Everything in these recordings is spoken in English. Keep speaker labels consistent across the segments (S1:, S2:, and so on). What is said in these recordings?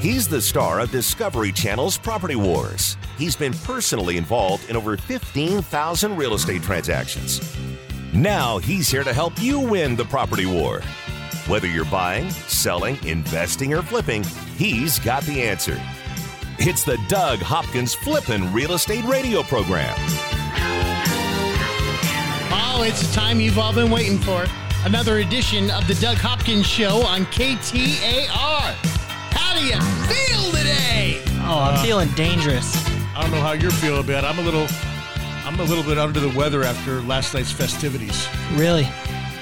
S1: He's the star of Discovery Channel's Property Wars. He's been personally involved in over 15,000 real estate transactions. Now he's here to help you win the property war. Whether you're buying, selling, investing, or flipping, he's got the answer. It's the Doug Hopkins Flippin' Real Estate Radio Program.
S2: Oh, it's the time you've all been waiting for. Another edition of the Doug Hopkins Show on KTAR. How do you feel today?
S3: Oh, I'm feeling dangerous.
S4: I don't know how you're feeling, but I'm a little, I'm a little bit under the weather after last night's festivities.
S3: Really.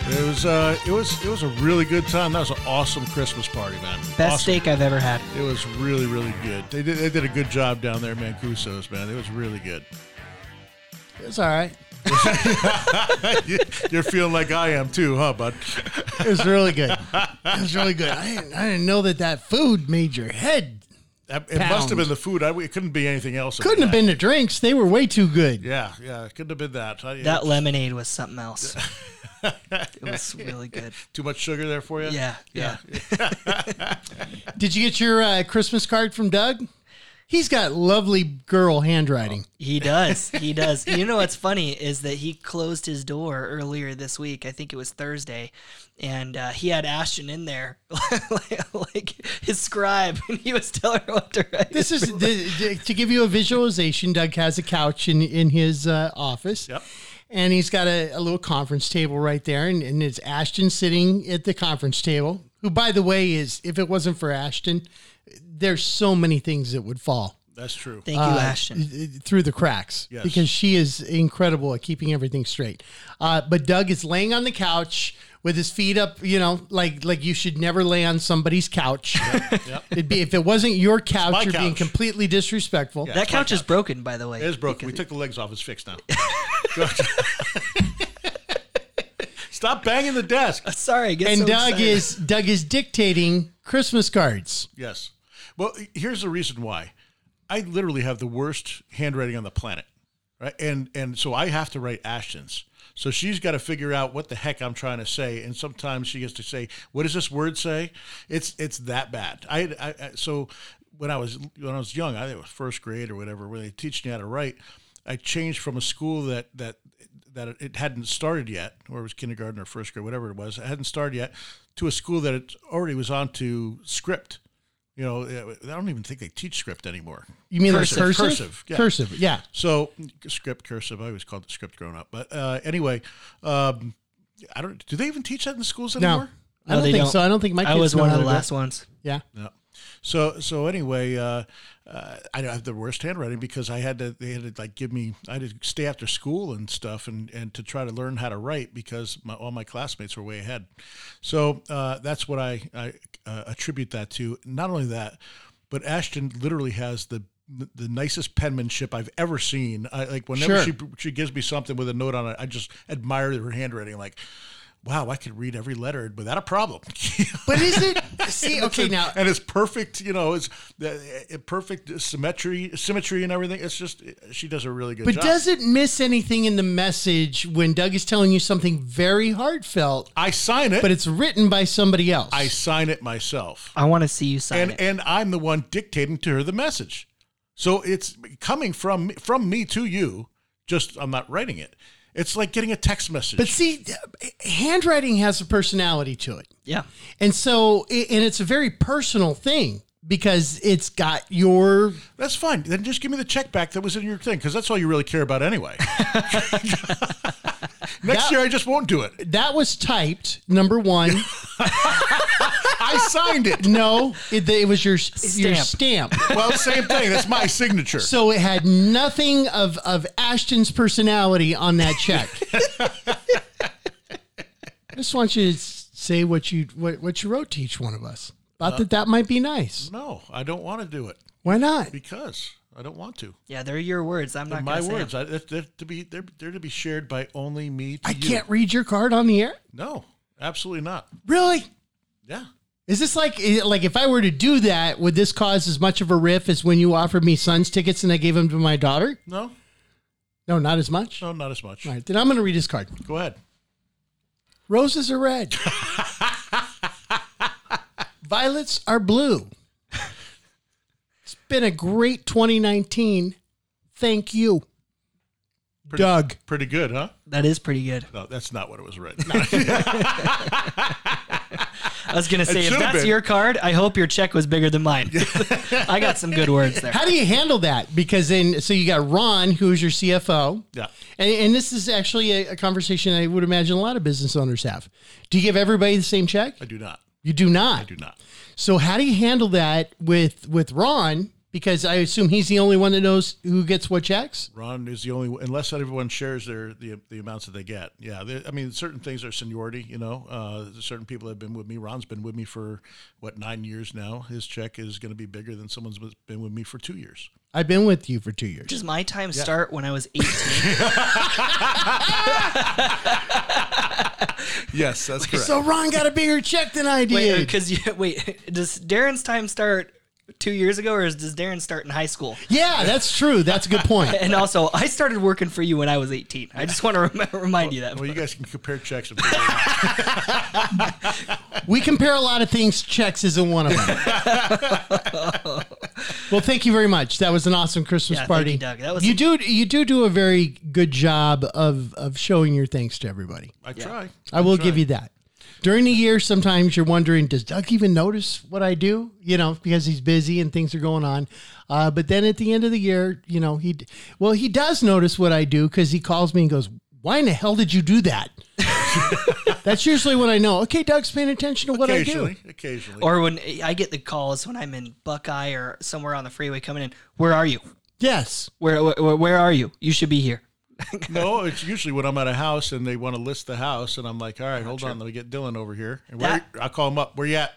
S4: It was, uh, it was, it was a really good time. That was an awesome Christmas party, man.
S3: Best
S4: Awesome.
S3: steak I've ever had.
S4: It was really, really good. They did, they did a good job down there, Mancuso's, man. It was really good.
S2: It's all right.
S4: You're feeling like I am too, huh, bud?
S2: It was really good. It was really good. I didn't, I didn't know that that food made your head.
S4: That- It must have
S2: Pound.
S4: been the food. I, it couldn't be anything else.
S2: Couldn't have been the drinks. They were way too good.
S4: Yeah, yeah. It couldn't have been that. I-
S3: That lemonade was something else. it was really good.
S4: too much sugar there for you.
S3: Yeah, yeah.
S2: Did you get your uh, Christmas card from Doug? He's got lovely girl handwriting.
S3: He does. He does. You know what's funny is that he closed his door earlier this week. I think it was Thursday, and uh, he had Ashton in there, like, like his scribe, and he was telling her what to write.
S2: This is the, to give you a visualization. Doug has a couch in in his uh, office.
S4: Yep.
S2: And he's got a, a little conference table right there, and, and it's Ashton sitting at the conference table. Who, by the way, is if it wasn't for Ashton, there's so many things that would fall
S4: That's true.
S3: Thank you,
S2: uh,
S3: Ashton.
S2: through the cracks
S4: Yes.
S2: because she is incredible at keeping everything straight. Uh, but Doug is laying on the couch with his feet up, you know, like like you should never lay on somebody's couch. It'd be if it wasn't your couch,
S4: my
S2: you're being
S4: couch.
S2: completely disrespectful.
S3: That couch is broken, by the way.
S4: It is broken. We took the legs off. It's fixed now. Stop banging the desk.
S3: Sorry, I get
S2: And
S3: so
S2: Doug
S3: excited.
S2: is Doug is dictating Christmas cards.
S4: Yes. Well, here's the reason why. I literally have the worst handwriting on the planet, right? And and so I have to write Ashton's. So she's got to figure out what the heck I'm trying to say, and sometimes she gets to say, "What does this word say?" It's it's that bad. I, I, I so when I was when I was young, I think it was first grade or whatever, when they teach me how to write, I changed from a school that that that it hadn't started yet, or it was kindergarten or first grade, whatever it was, it hadn't started yet, to a school that it already was on to script. You know, I don't even think they teach script anymore.
S2: You mean like
S4: Cursive.
S2: cursive?
S4: Cursive, yeah.
S2: Cursive, yeah.
S4: So script cursive, I always called it script growing up. But uh, anyway, um, I don't. Do they even teach that in the schools
S2: No.
S4: anymore?
S2: I don't
S3: they
S2: think so. I don't think my kids
S3: I was
S2: know
S3: one
S2: how
S3: of the
S2: to do it.
S3: last ones.
S2: Yeah.
S4: No. So so anyway, uh, uh, I have the worst handwriting because I had to they had to like give me I had to stay after school and stuff and and to try to learn how to write because my, all my classmates were way ahead. So uh, that's what I I uh, attribute that to. Not only that, but Ashton literally has the the nicest penmanship I've ever seen. I like
S2: Sure.
S4: whenever she she gives me something with a note on it, I just admire her handwriting. Like, wow, I could read every letter without a problem.
S2: But is it see,
S4: And it's
S2: okay
S4: a-
S2: now
S4: and it's perfect. You know, it's the uh, perfect symmetry, symmetry, and everything. It's just she does a really good
S2: But
S4: job.
S2: does it miss anything in the message when Doug is telling you something very heartfelt,
S4: I sign it?
S2: but
S4: But
S2: it's written by somebody else?
S4: I sign it myself,
S3: I want to see you sign
S4: and
S3: it.
S4: and I'm the one dictating to her the message. So it's coming from from me to you. Just I'm not writing it. It's like getting a text message.
S2: but see, th- handwriting has a personality to it,
S3: yeah.
S2: and so i- and it's a very personal thing because it's got your
S4: that's fine. Then just give me the check back that was in your thing because that's all you really care about anyway. Next
S2: That-
S4: year I just won't do it.
S2: that was typed number one.
S4: I signed it.
S2: no, it, it was your your
S3: Stamp.
S2: stamp.
S4: Well, same thing. That's my signature.
S2: So it had nothing of, of Ashton's personality on that check. I just want you to s- say what you what, what you wrote to each one of us. Thought that that might be nice.
S4: No, I don't want to do it
S2: Why not?
S4: because I don't want to.
S3: Yeah, they're your words. I'm not
S4: My
S3: gonna say
S4: words,
S3: them.
S4: I, they're, they're to be they're, they're to be shared by only me. To
S2: I
S4: you.
S2: can't read your card on the air.
S4: No, absolutely not.
S2: Really?
S4: Yeah,
S2: Is this like i- like if I were to do that, would this cause as much of a riff as when you offered me Suns tickets and I gave them to my daughter?
S4: no,
S2: No, not as much.
S4: no, not as much.
S2: All right, then I'm going to read his card.
S4: Go ahead.
S2: Roses are red. Violets are blue. been a great 2019. Thank you,
S4: Pretty-
S2: Doug.
S4: Pretty good, huh?
S3: That is pretty good.
S4: No, that's not what it was written.
S3: I was gonna say if
S4: should've
S3: that's
S4: been.
S3: your card, I hope your check was bigger than mine. I got some good words there.
S2: How do you handle that? Because then, so you got Ron, who's your CFO.
S4: Yeah.
S2: And, and this is actually a, a conversation I would imagine a lot of business owners have. Do you give everybody the same check?
S4: I do not.
S2: You do not.
S4: I do not.
S2: So how do you handle that with with Ron? Because I assume he's the only one that knows who gets what checks.
S4: Ron is the only unless everyone shares their the, the amounts that they get. Yeah, there- I mean, certain things are seniority. You know, uh, there's certain people that have been with me. Ron's been with me for what nine years now. His check is going to be bigger than someone's was- been with me for two years.
S2: I've been with you for two years.
S3: Does my time start when I was 18?
S4: Yes, that's correct.
S2: So Ron got a bigger check than I
S3: wait,
S2: did.
S3: because you wait, does Darren's time start two years ago, or is, does Darren start in high school?
S2: yeah, that's true. That's a good point.
S3: And also, I started working for you when I was 18. I just want to rem- remind you that.
S4: well, you guys can compare checks. And figure it out.
S2: We compare a lot of things. Checks isn't one of them. well, thank you very much. That was an awesome Christmas
S3: Yeah, thank
S2: party,
S3: you, Doug. That was-
S2: you do you do do a very good job of of showing your thanks to everybody.
S4: I try.
S2: I will give you that. During the year, sometimes you're wondering, does Doug even notice what I do? You know, because he's busy and things are going on. Uh, but then at the end of the year, you know, he d- well he does notice what I do because he calls me and goes, "Why in the hell did you do that?" That's usually when I know. Okay, Doug's paying attention to what I do.
S4: occasionally, occasionally.
S3: Or when I get the calls when I'm in Buckeye or somewhere on the freeway coming in, where are you?
S2: Yes,
S3: Where where, where are you? You should be here.
S4: no, it's usually when I'm at a house and they want to list the house, and I'm like, all right, hold on, let me get Dylan over here. And where,
S3: That-
S4: I'll call him up. Where you at?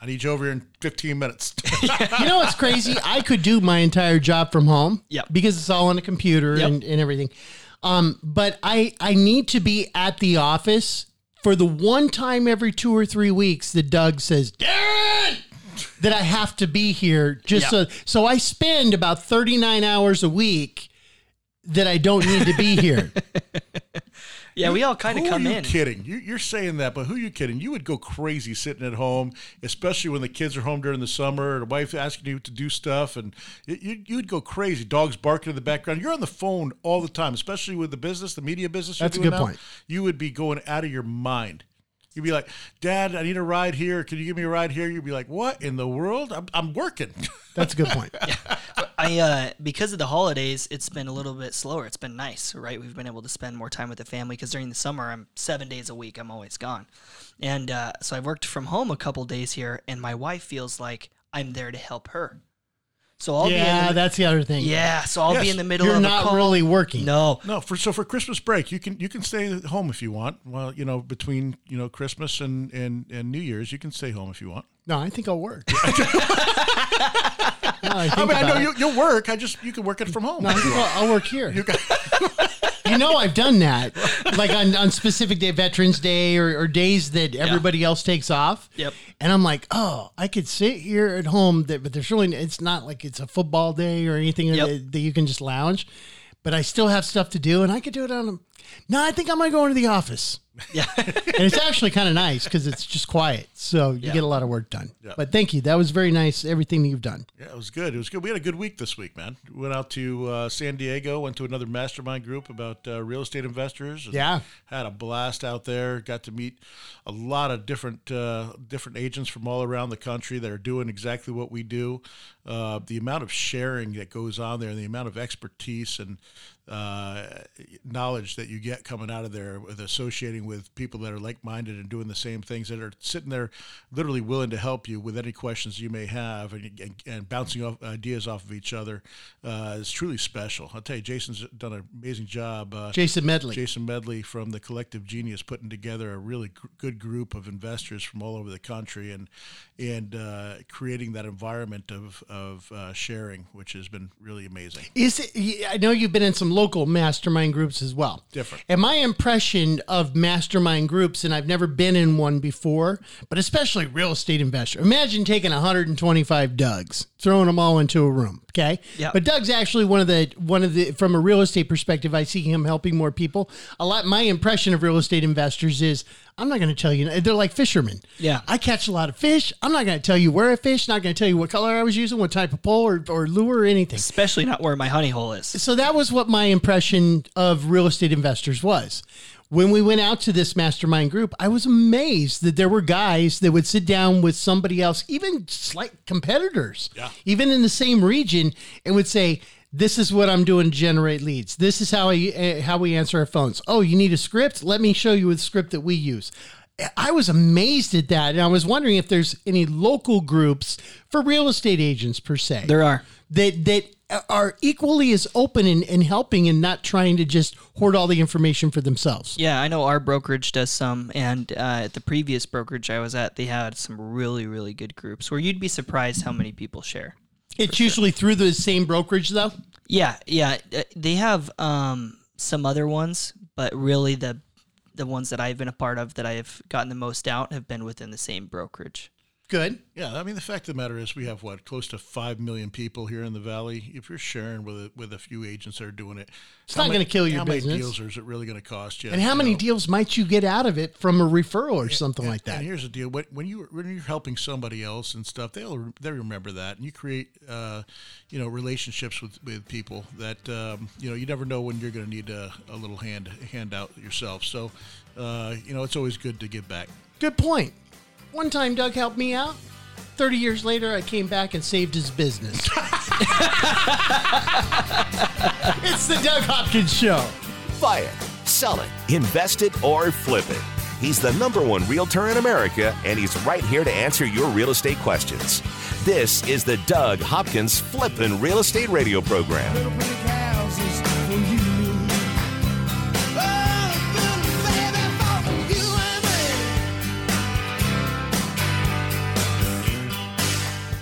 S4: I need you over here in 15 minutes.
S2: you know what's crazy? I could do my entire job from home.
S3: Yeah.
S2: Because it's all on a computer
S3: Yep.
S2: and, and everything. Um, but I I need to be at the office for the one time every two or three weeks that Doug says, Darren that I have to be here just so so I spend about 39 hours a week that I don't need to be here.
S3: Yeah, we all kind of
S4: Who are
S3: come
S4: you
S3: in.
S4: kidding? You, you're saying that, but who are you kidding? You would go crazy sitting at home, especially when the kids are home during the summer, or the wife asking you to do stuff, and you- you, you'd go crazy. Dogs barking in the background. You're on the phone all the time, especially with the business, the media business. You're
S2: That's a
S4: doing
S2: good
S4: now.
S2: point.
S4: You would be going out of your mind. You'd be like, "Dad, I need a ride here. Can you give me a ride here?" You'd be like, "What in the world? I'm, I'm working."
S2: That's a good point.
S3: I uh, because of the holidays, it's been a little bit slower. It's been nice, right? We've been able to spend more time with the family because during the summer, I'm seven days a week. I'm always gone, and uh, so I've worked from home a couple days here, and my wife feels like I'm there to help her. So I'll be
S2: yeah,
S3: in the,
S2: that's the other thing.
S3: yeah. So I'll be
S4: Yes,
S3: in the middle
S2: You're
S3: of a
S2: not
S3: call.
S2: really working.
S3: no,
S4: No, for so for Christmas break, you can you can stay at home if you want. Well, you know, between you know Christmas and and and New Year's, you can stay home if you want.
S2: No, I think I'll work. Now I,
S4: I
S2: think
S4: mean, I
S2: about it.
S4: know you, you'll work. I just you can work it from home.
S2: No, I think I'll, I'll work here. You, know, I've done that, like on, on specific day, Veterans Day, or, or days that everybody else takes off.
S3: Yep.
S2: And I'm like, oh, I could sit here at home, that, but there's really it's not like it's a football day or anything
S3: Yep.
S2: that, that you can just lounge. But I still have stuff to do, and I could do it on. a- No, I think I'm gonna go into the office.
S3: yeah.
S2: And it's actually kind of nice because it's just quiet, so you get a lot of work done. But thank you, that was very nice. Everything that you've done.
S4: Yeah, it was good. It was good. We had a good week this week, man. We went out to uh, San Diego, went to another mastermind group about uh, real estate investors. and
S2: Yeah.
S4: had a blast out there. Got to meet a lot of different uh, different agents from all around the country that are doing exactly what we do. Uh, the amount of sharing that goes on there, and the amount of expertise and uh, knowledge that you get coming out of there with associating with people that are like minded and doing the same things that are sitting there, literally willing to help you with any questions you may have, and, and, and bouncing off ideas off of each other uh, is truly special. I'll tell you, Jason's done an amazing job. Uh,
S2: Jason Medley.
S4: Jason Medley from the Collective Genius putting together a really gr- good group of investors from all over the country and and uh, creating that environment of of uh, sharing, which has been really amazing.
S2: Is it? y- I know you've been in some local mastermind groups as well.
S4: Different.
S2: And my impression of mastermind groups, and I've never been in one before, but especially real estate investor. Imagine taking 125 Dugs throwing them all into a room. Okay.
S3: Yeah.
S2: But Doug's actually one of the one of the from a real estate perspective, I see him helping more people. A lot my impression of real estate investors is I'm not gonna tell you they're like fishermen.
S3: Yeah.
S2: I catch a lot of fish. I'm not gonna tell you where I fished, not gonna tell you what color I was using, what type of pole or, or lure or anything.
S3: especially not where my honey hole is.
S2: So that was what my impression of real estate investors was. When we went out to this mastermind group, I was amazed that there were guys that would sit down with somebody else, even slight competitors, even in the same region, and would say, "This is what I'm doing to generate leads. This is how I uh, how we answer our phones. Oh, you need a script? Let me show you a script that we use." I was amazed at that, and I was wondering if there's any local groups for real estate agents per se
S3: There are.
S2: that that are equally as open and, and helping and not trying to just hoard all the information for themselves.
S3: Yeah, I know our brokerage does some, and uh, at the previous brokerage I was at, they had some really, really good groups where you'd be surprised how many people share.
S2: It's usually through the same brokerage though.
S3: Yeah, yeah, uh, they have um, some other ones, but really the the ones that I've been a part of that I have gotten the most out have been within the same brokerage.
S2: Good.
S4: Yeah, I mean the fact of the matter is we have what close to five million people here in the valley. If you're sharing with a, with a few agents that are doing it, it's
S2: not gonna kill your
S4: how
S2: business.
S4: many deals is it really going to cost you?
S2: And how
S4: you
S2: many
S4: know?
S2: deals might you get out of it from a referral or something like that?
S4: And here's the deal: when, when you when you're helping somebody else and stuff, they'll they remember that, and you create, uh, you know, relationships with, with people that um, you know you never know when you're going to need a, a little hand handout yourself. So, uh, you know, it's always good to give back.
S2: Good point. One time Doug helped me out. 30 years later, I came back and saved his business. it's the Doug Hopkins Show.
S1: Buy it, sell it, invest it, or flip it. He's the number one realtor in America, and he's right here to answer your real estate questions. This is the Doug Hopkins Flippin' Real Estate Radio Program.
S5: Little brick houses for you. Oh, little baby, for you and me.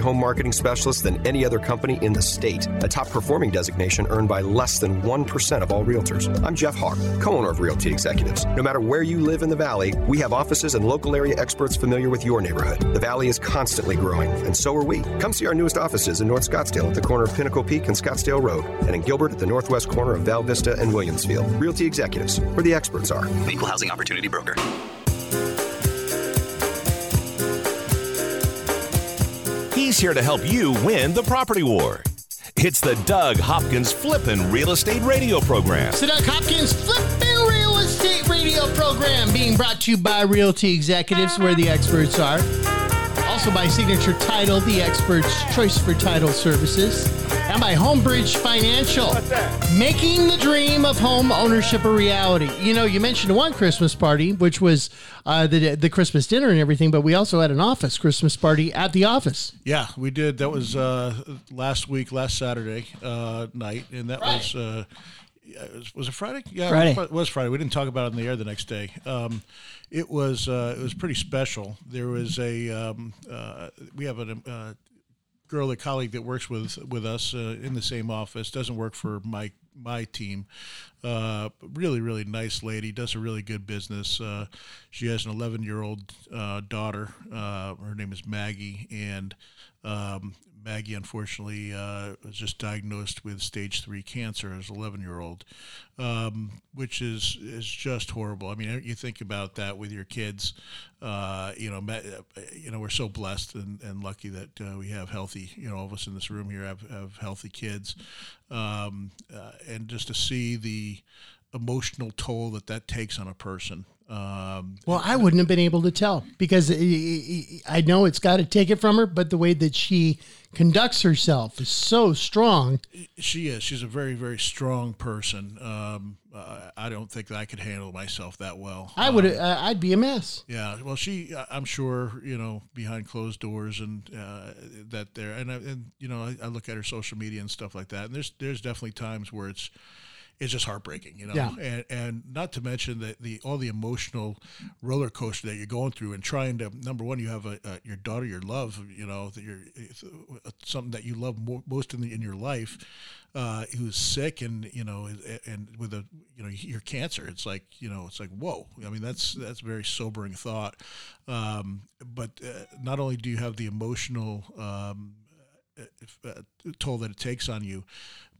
S6: home marketing specialists than any other company in the state, a top performing designation earned by less than 1% of all realtors. I'm Jeff Hart, co owner of Realty Executives. No matter where you live in the Valley, we have offices and local area experts familiar with your neighborhood. The Valley is constantly growing, and so are we. Come see our newest offices in North Scottsdale at the corner of Pinnacle Peak and Scottsdale Road, and in Gilbert at the northwest corner of Val Vista and Williamsfield. Realty Executives, where the experts are.
S7: Equal Housing Opportunity Broker.
S1: He's here to help you win the property war. It's the Doug Hopkins Flippin' Real Estate Radio Program.
S2: It's the Doug Hopkins Flipping Real Estate Radio Program being brought to you by Realty Executives, where the experts are. Also by Signature Title, the expert's choice for title services. And by Homebridge Financial, making the dream of home ownership a reality. You know, you mentioned one Christmas party, which was uh, the, the Christmas dinner and everything, but we also had an office Christmas party at the office.
S4: Yeah, we did. That was uh, last week, last Saturday uh, night, and that was uh, yeah, it was- was it Friday? Yeah, it was
S3: Friday.
S4: Fri- It was Friday. We didn't talk about it in the air the next day. Um, it was uh, it was pretty special. There was a um, uh, we have a uh, girl, a colleague that works with with us uh, in the same office, doesn't work for my my team. Uh, really, really nice lady. Does a really good business. Uh, she has an 11 year old uh, daughter. Uh, her name is Maggie, and um, Maggie unfortunately uh, was just diagnosed with stage three cancer as an 11 year old, um, which is is just horrible. I mean, you think about that with your kids. Uh, you know, ma- uh, you know, we're so blessed and, and lucky that uh, we have healthy. You know, all of us in this room here have, have healthy kids, um, uh, and just to see the emotional toll that that takes on a person. Um,
S2: Well, I wouldn't have been able to tell because I- I I know it's got to take it from her, but the way that she conducts herself is so strong.
S4: she is. She's a very, very strong person. Um, I, I don't think that I could handle myself that well.
S2: I would uh, I'd be a mess.
S4: Yeah, well, she, I- I'm sure, you know, behind closed doors and uh, that there, and I, and you know, I, I look at her social media and stuff like that, and there's there's definitely times where it's it's just heartbreaking, you know,
S2: Yeah.
S4: and and not to mention that the all the emotional roller coaster that you're going through and trying to number one, you have a, a your daughter, your love, you know, that you're it's, uh, something that you love mo- most in the, in your life, uh, who's sick and you know and, and with a you know your cancer, it's like you know it's like whoa, I mean that's that's a very sobering thought, um, but uh, not only do you have the emotional um, uh, toll that it takes on you,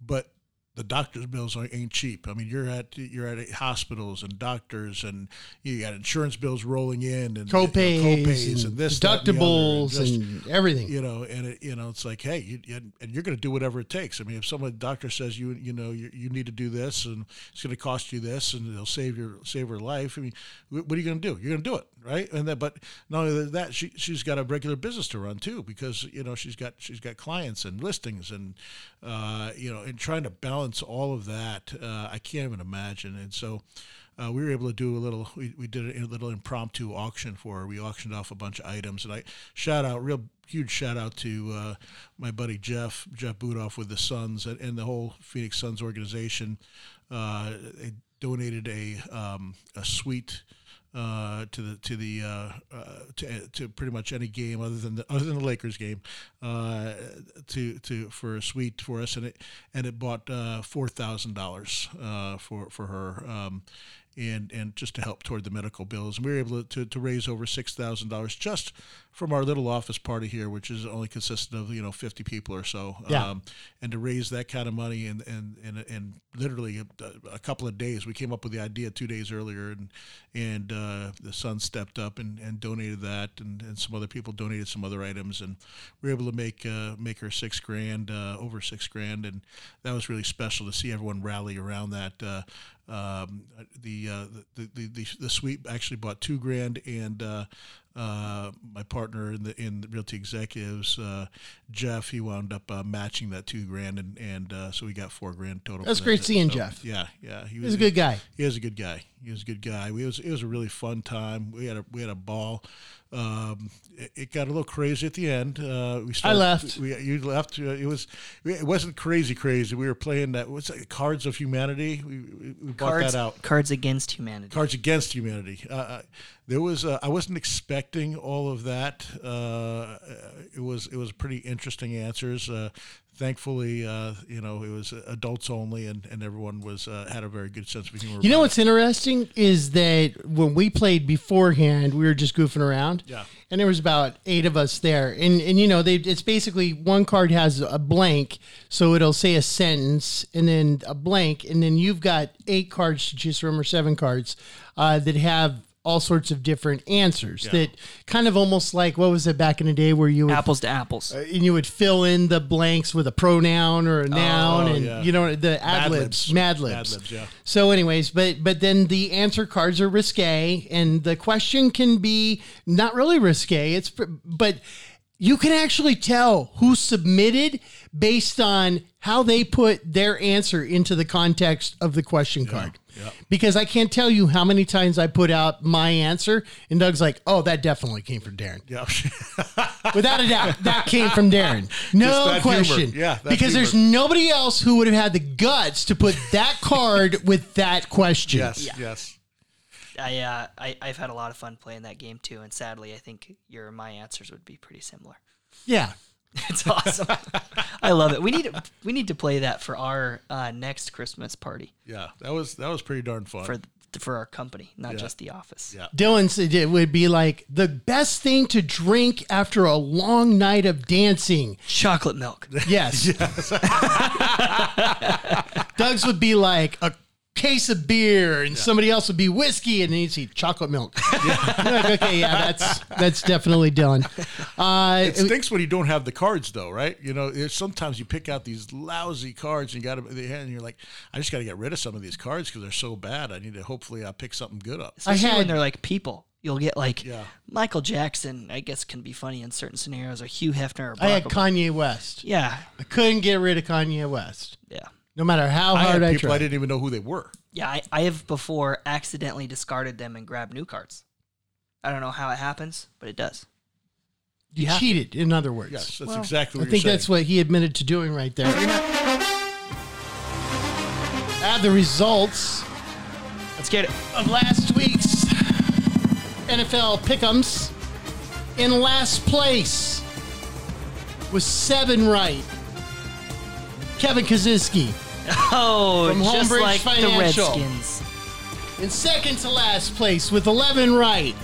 S4: but the doctor's bills aren't- ain't cheap. I mean, you're at you're at hospitals and doctors, and you got insurance bills rolling in, and
S2: Copays,
S4: you know, copays and this that, and the other,
S2: deductibles,
S4: just-
S2: and everything.
S4: you know, and it, you know, it's like, hey, you, you, and you're going to do whatever it takes. I mean, if someone doctor says you, you know, you, you need to do this, and it's going to cost you this, and it'll save your save her life. I mean, wh- what are you going to do? You're going to do it, right? And then, but not only that, she she's got a regular business to run too, because you know she's got she's got clients and listings, and uh, you know, and trying to balance all of that, uh, I can't even imagine. And so. Uh, we were able to do a little. We, we did a little impromptu auction for her. We auctioned off a bunch of items, and I shout out real huge shout out to uh, my buddy Jeff Jeff Budoff with the Suns and, and the whole Phoenix Suns organization. Uh, they donated a um, a suite uh, to the to the uh, uh, to, to pretty much any game other than the, other than the Lakers game uh, to to for a suite for us and it and it bought uh, four thousand dollars uh, for for her um, and and just to help toward the medical bills and we were able to, to raise over six thousand dollars just from our little office party here which is only consisted of you know fifty people or so Um,
S2: Yeah.
S4: and to raise that kind of money and and and, and literally a, a couple of days we came up with the idea two days earlier and and uh, the son stepped up and, and donated that and, and some other people donated some other items and we were able to make uh, make her six grand uh, over six grand and that was really special to see everyone rally around that uh, um, the, uh, the the the the suite actually bought two grand and uh, uh, my partner in the in the realty executives uh, Jeff he wound up uh, matching that two grand and and uh, so we got four grand total.
S2: That's
S4: for
S2: great
S4: that.
S2: seeing Jeff.
S4: Yeah, yeah, he
S2: He's a good guy.
S4: He was a good guy. He was a good guy. We was it was a really fun time. We had a we had a ball. Um, it, it got a little crazy at the end. Uh, we started,
S2: left.
S4: We, you left. Uh, It was it wasn't crazy crazy. We were playing that what's that, Cards of Humanity. We, we, we bought
S3: Cards,
S4: that out.
S3: Cards Against Humanity.
S4: Cards Against Humanity. Uh, Uh, there was uh, I wasn't expecting all of that. Uh, it was it was pretty interesting answers. Uh, thankfully, uh, you know, it was adults only, and, and everyone was uh, had a very good sense of humor.
S2: You know
S4: about
S2: what's interesting is that when we played beforehand, we were just goofing around.
S4: Yeah.
S2: And there was about eight of us there, and and you know they it's basically one card has a blank, so it'll say a sentence and then a blank, and then you've got eight cards to choose from or seven cards uh, that have all sorts of different answers. That kind of almost like what was it back in the day where you would
S3: Apples to apples.
S2: uh, and you would fill in the blanks with a pronoun or a noun, and
S4: Oh, yeah.
S2: you know the ad libs,
S4: libs.
S2: mad libs.
S4: Mad libs, yeah.
S2: So, anyways, but but then the answer cards are risque, and the question can be not really risque. It's pr- but you can actually tell who submitted based on how they put their answer into the context of the question card. Because I can't tell you how many times I put out my answer, and Doug's like, "Oh, that definitely came from Darren."
S4: it. Yeah.
S2: Without a doubt, that came from Darren. No
S4: that
S2: question.
S4: humor. Yeah, that
S2: because there's nobody else who would have had the guts to put that card with that question.
S4: yes, yes.
S3: I, uh, I I've had a lot of fun playing that game too, and sadly, I think your my answers would be pretty similar.
S2: Yeah.
S3: It's awesome. I love it. We need we need to play that for our uh, next Christmas party
S4: Yeah, that was that was pretty darn fun.
S3: for for our company, not just the office.
S4: Yeah.
S2: Dylan said it would be like the best thing to drink after a long night of dancing.
S3: Chocolate milk.
S2: Yes. Doug's would be like a case of beer, and somebody else would be whiskey, and then you'd see chocolate milk. You're like, okay, yeah, that's that's definitely Dylan. Uh,
S4: it stinks when you don't have the cards, though, right? You know, there's- sometimes you pick out these lousy cards and you got them in the hand, and you're like, I just got to get rid of some of these cards because they're so bad. I need to hopefully I pick something good up.
S3: Especially
S2: had-
S3: when they're like people. You'll get like
S4: Yeah.
S3: Michael Jackson, I guess, can be funny in certain scenarios, or Hugh Hefner, or
S2: I had
S3: Barack Obama.
S2: Oh, Kanye West.
S3: yeah,
S2: I couldn't get rid of Kanye West,
S3: yeah,
S2: no matter how
S4: I had
S2: hard I,
S4: people
S2: tried.
S4: I didn't even know who they were.
S3: yeah. I, I have before accidentally discarded them and grabbed new cards. I don't know how it happens, but it does.
S2: You cheated, in other words.
S4: Yes, that's exactly
S2: I
S4: what
S2: think
S4: you're
S2: that's
S4: saying.
S2: what he admitted to doing right there. Ah, the results
S3: Let's get it.
S2: of last week's NFL pick'ems. In last place was seven right. Kevin Kaczynski.
S3: Oh,
S2: From
S3: just
S2: Homebridge
S3: like the
S2: Financial.
S3: Redskins.
S2: In second to last place with 11 right,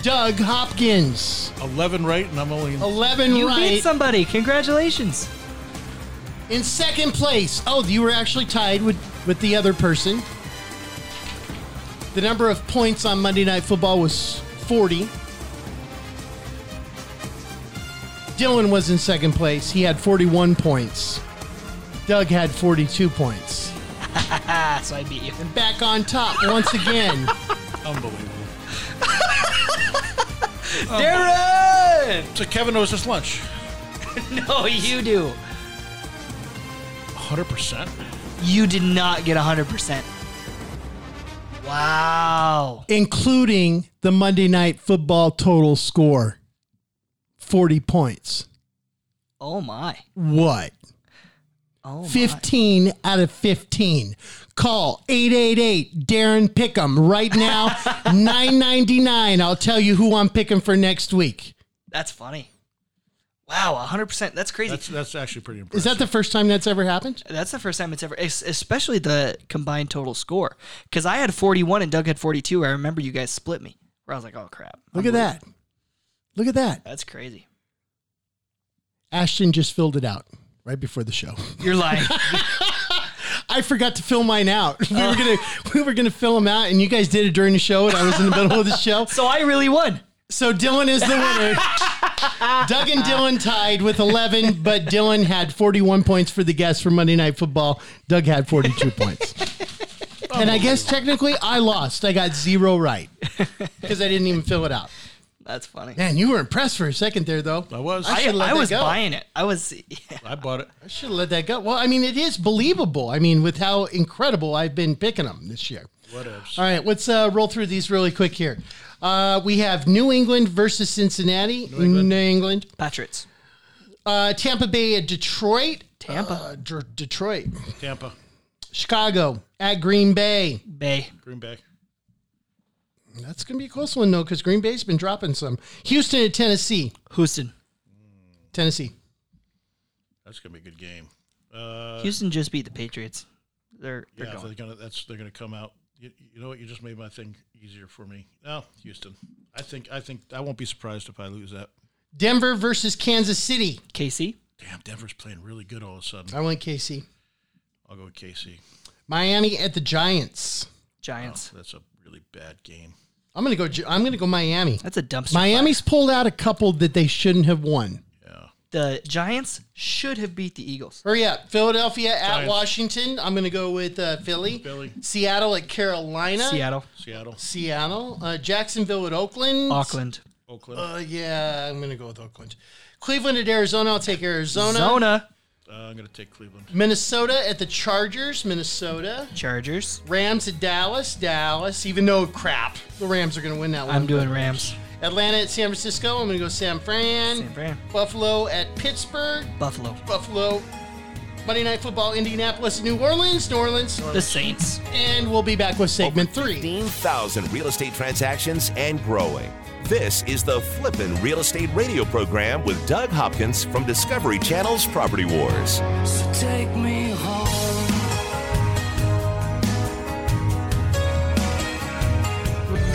S2: Doug Hopkins.
S4: 11 right, and I'm only.
S2: 11
S3: You
S2: right.
S3: beat somebody. Congratulations.
S2: In second place, oh, you were actually tied with, with the other person. The number of points on Monday Night Football was 40. Dylan was in second place. He had 41 points. Doug had 42 points.
S3: Ah, so I beat you.
S2: And back on top once again,
S4: Unbelievable.
S2: Oh.
S3: Darren!
S4: So Kevin owes us lunch.
S3: No, you do.
S4: 100%.
S3: You did not get 100%. Wow.
S2: including the Monday Night Football total score 40 points.
S3: Oh, my.
S2: What?
S3: Oh, my.
S2: 15 out of 15. Call 888 Darren Pickham right now, 999. I'll tell you who I'm picking for next week.
S3: That's funny. Wow, 100%. That's crazy.
S4: That's
S3: That's,
S4: that's actually pretty
S2: Is
S4: impressive.
S2: that the first time that's ever happened?
S3: the first time it's ever, es- especially the combined total score. Because I had 41 and Doug had 42. I remember you guys split me. Where I was like, oh, crap.
S2: Look at that. Look at that.
S3: That's crazy.
S2: Ashton just filled it out right before the show.
S3: You're lying.
S2: I forgot to fill mine out. We were going to we were going to fill them out and you guys did it during the show and I was in the middle of the show.
S3: so I really won.
S2: So Dylan is the winner. Doug and Dylan tied with 11, but Dylan had 41 points for the guest for Monday Night Football. Doug had 42 points. And I guess technically I lost. I got zero right because I didn't even fill it out.
S3: That's funny.
S2: Man, you were impressed for a second there, though.
S4: I was.
S3: I,
S2: should let
S3: I
S2: that
S3: was
S2: go.
S3: buying it. I was. Yeah.
S4: I bought it.
S2: I should have let that go. Well, I mean, it is believable. I mean, with how incredible I've been picking them this year.
S4: Whatevs.
S2: All right, let's uh, roll through these really quick here. Uh, we have New England versus Cincinnati. New England.
S3: Patriots.
S2: Uh, Tampa Bay at Detroit.
S3: Tampa.
S2: Uh, D- Detroit.
S4: Tampa,
S2: Chicago at Green Bay.
S3: Bay.
S4: Green Bay,
S2: That's going to be a close one, though, because Green Bay's been dropping some. Houston at Tennessee.
S3: Houston.
S2: Tennessee.
S4: That's gonna be a good game. Uh,
S3: Houston just beat the Patriots. They're they're
S4: yeah, they're
S3: going.
S4: gonna. That's they're gonna come out. You, you know what? You just made my thing easier for me. No, Houston. I think. I think. I won't be surprised if I lose that.
S2: Denver versus Kansas City.
S3: KC.
S4: Damn, Denver's playing really good all of a sudden.
S2: I went KC.
S4: I'll go with KC.
S2: Miami at the Giants. Oh,
S3: Giants.
S4: That's a really bad game.
S2: I'm going to go. Gi- I'm going to go Miami.
S3: That's a dumpster.
S2: Miami's pulled out a couple that they shouldn't have won.
S4: Yeah.
S3: The Giants should have beat the Eagles.
S2: Hurry up. Philadelphia at
S4: Giants.
S2: Washington. I'm going to go with uh, Philly.
S4: Philly.
S2: Seattle at Carolina.
S3: Seattle.
S4: Seattle,
S2: Seattle. Uh, Jacksonville at Oakland.
S3: Auckland.
S4: Oakland.
S2: Uh, yeah, I'm gonna go with Oakland. Cleveland at Arizona. I'll take Arizona.
S3: Zona.
S4: Uh, I'm gonna take Cleveland.
S2: Minnesota at the Chargers. Minnesota.
S3: Chargers.
S2: Rams at Dallas. Dallas. Even though crap, the Rams are gonna win that one.
S3: I'm doing Rams.
S2: Atlanta at San Francisco. I'm gonna go San Fran.
S3: San Fran.
S2: Buffalo at Pittsburgh.
S3: Buffalo.
S2: Buffalo. Monday Night Football. Indianapolis. New Orleans. New Orleans.
S3: The Saints.
S2: And we'll be back with segment three.
S1: 15,000 real estate transactions and growing. This is the Flippin' Real Estate Radio Program with Doug Hopkins from Discovery Channel's Property Wars.
S7: So take me home.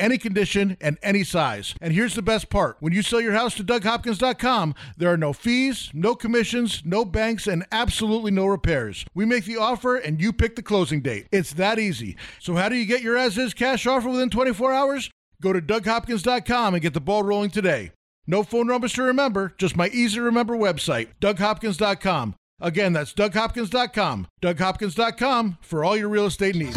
S4: any condition, and any size. And here's the best part when you sell your house to DougHopkins.com, there are no fees, no commissions, no banks, and absolutely no repairs. We make the offer and you pick the closing date. It's that easy. So, how do you get your as is cash offer within 24 hours? Go to DougHopkins.com and get the ball rolling today. No phone numbers to remember, just my easy to remember website, DougHopkins.com. Again, that's DougHopkins.com. DougHopkins.com for all your real estate needs.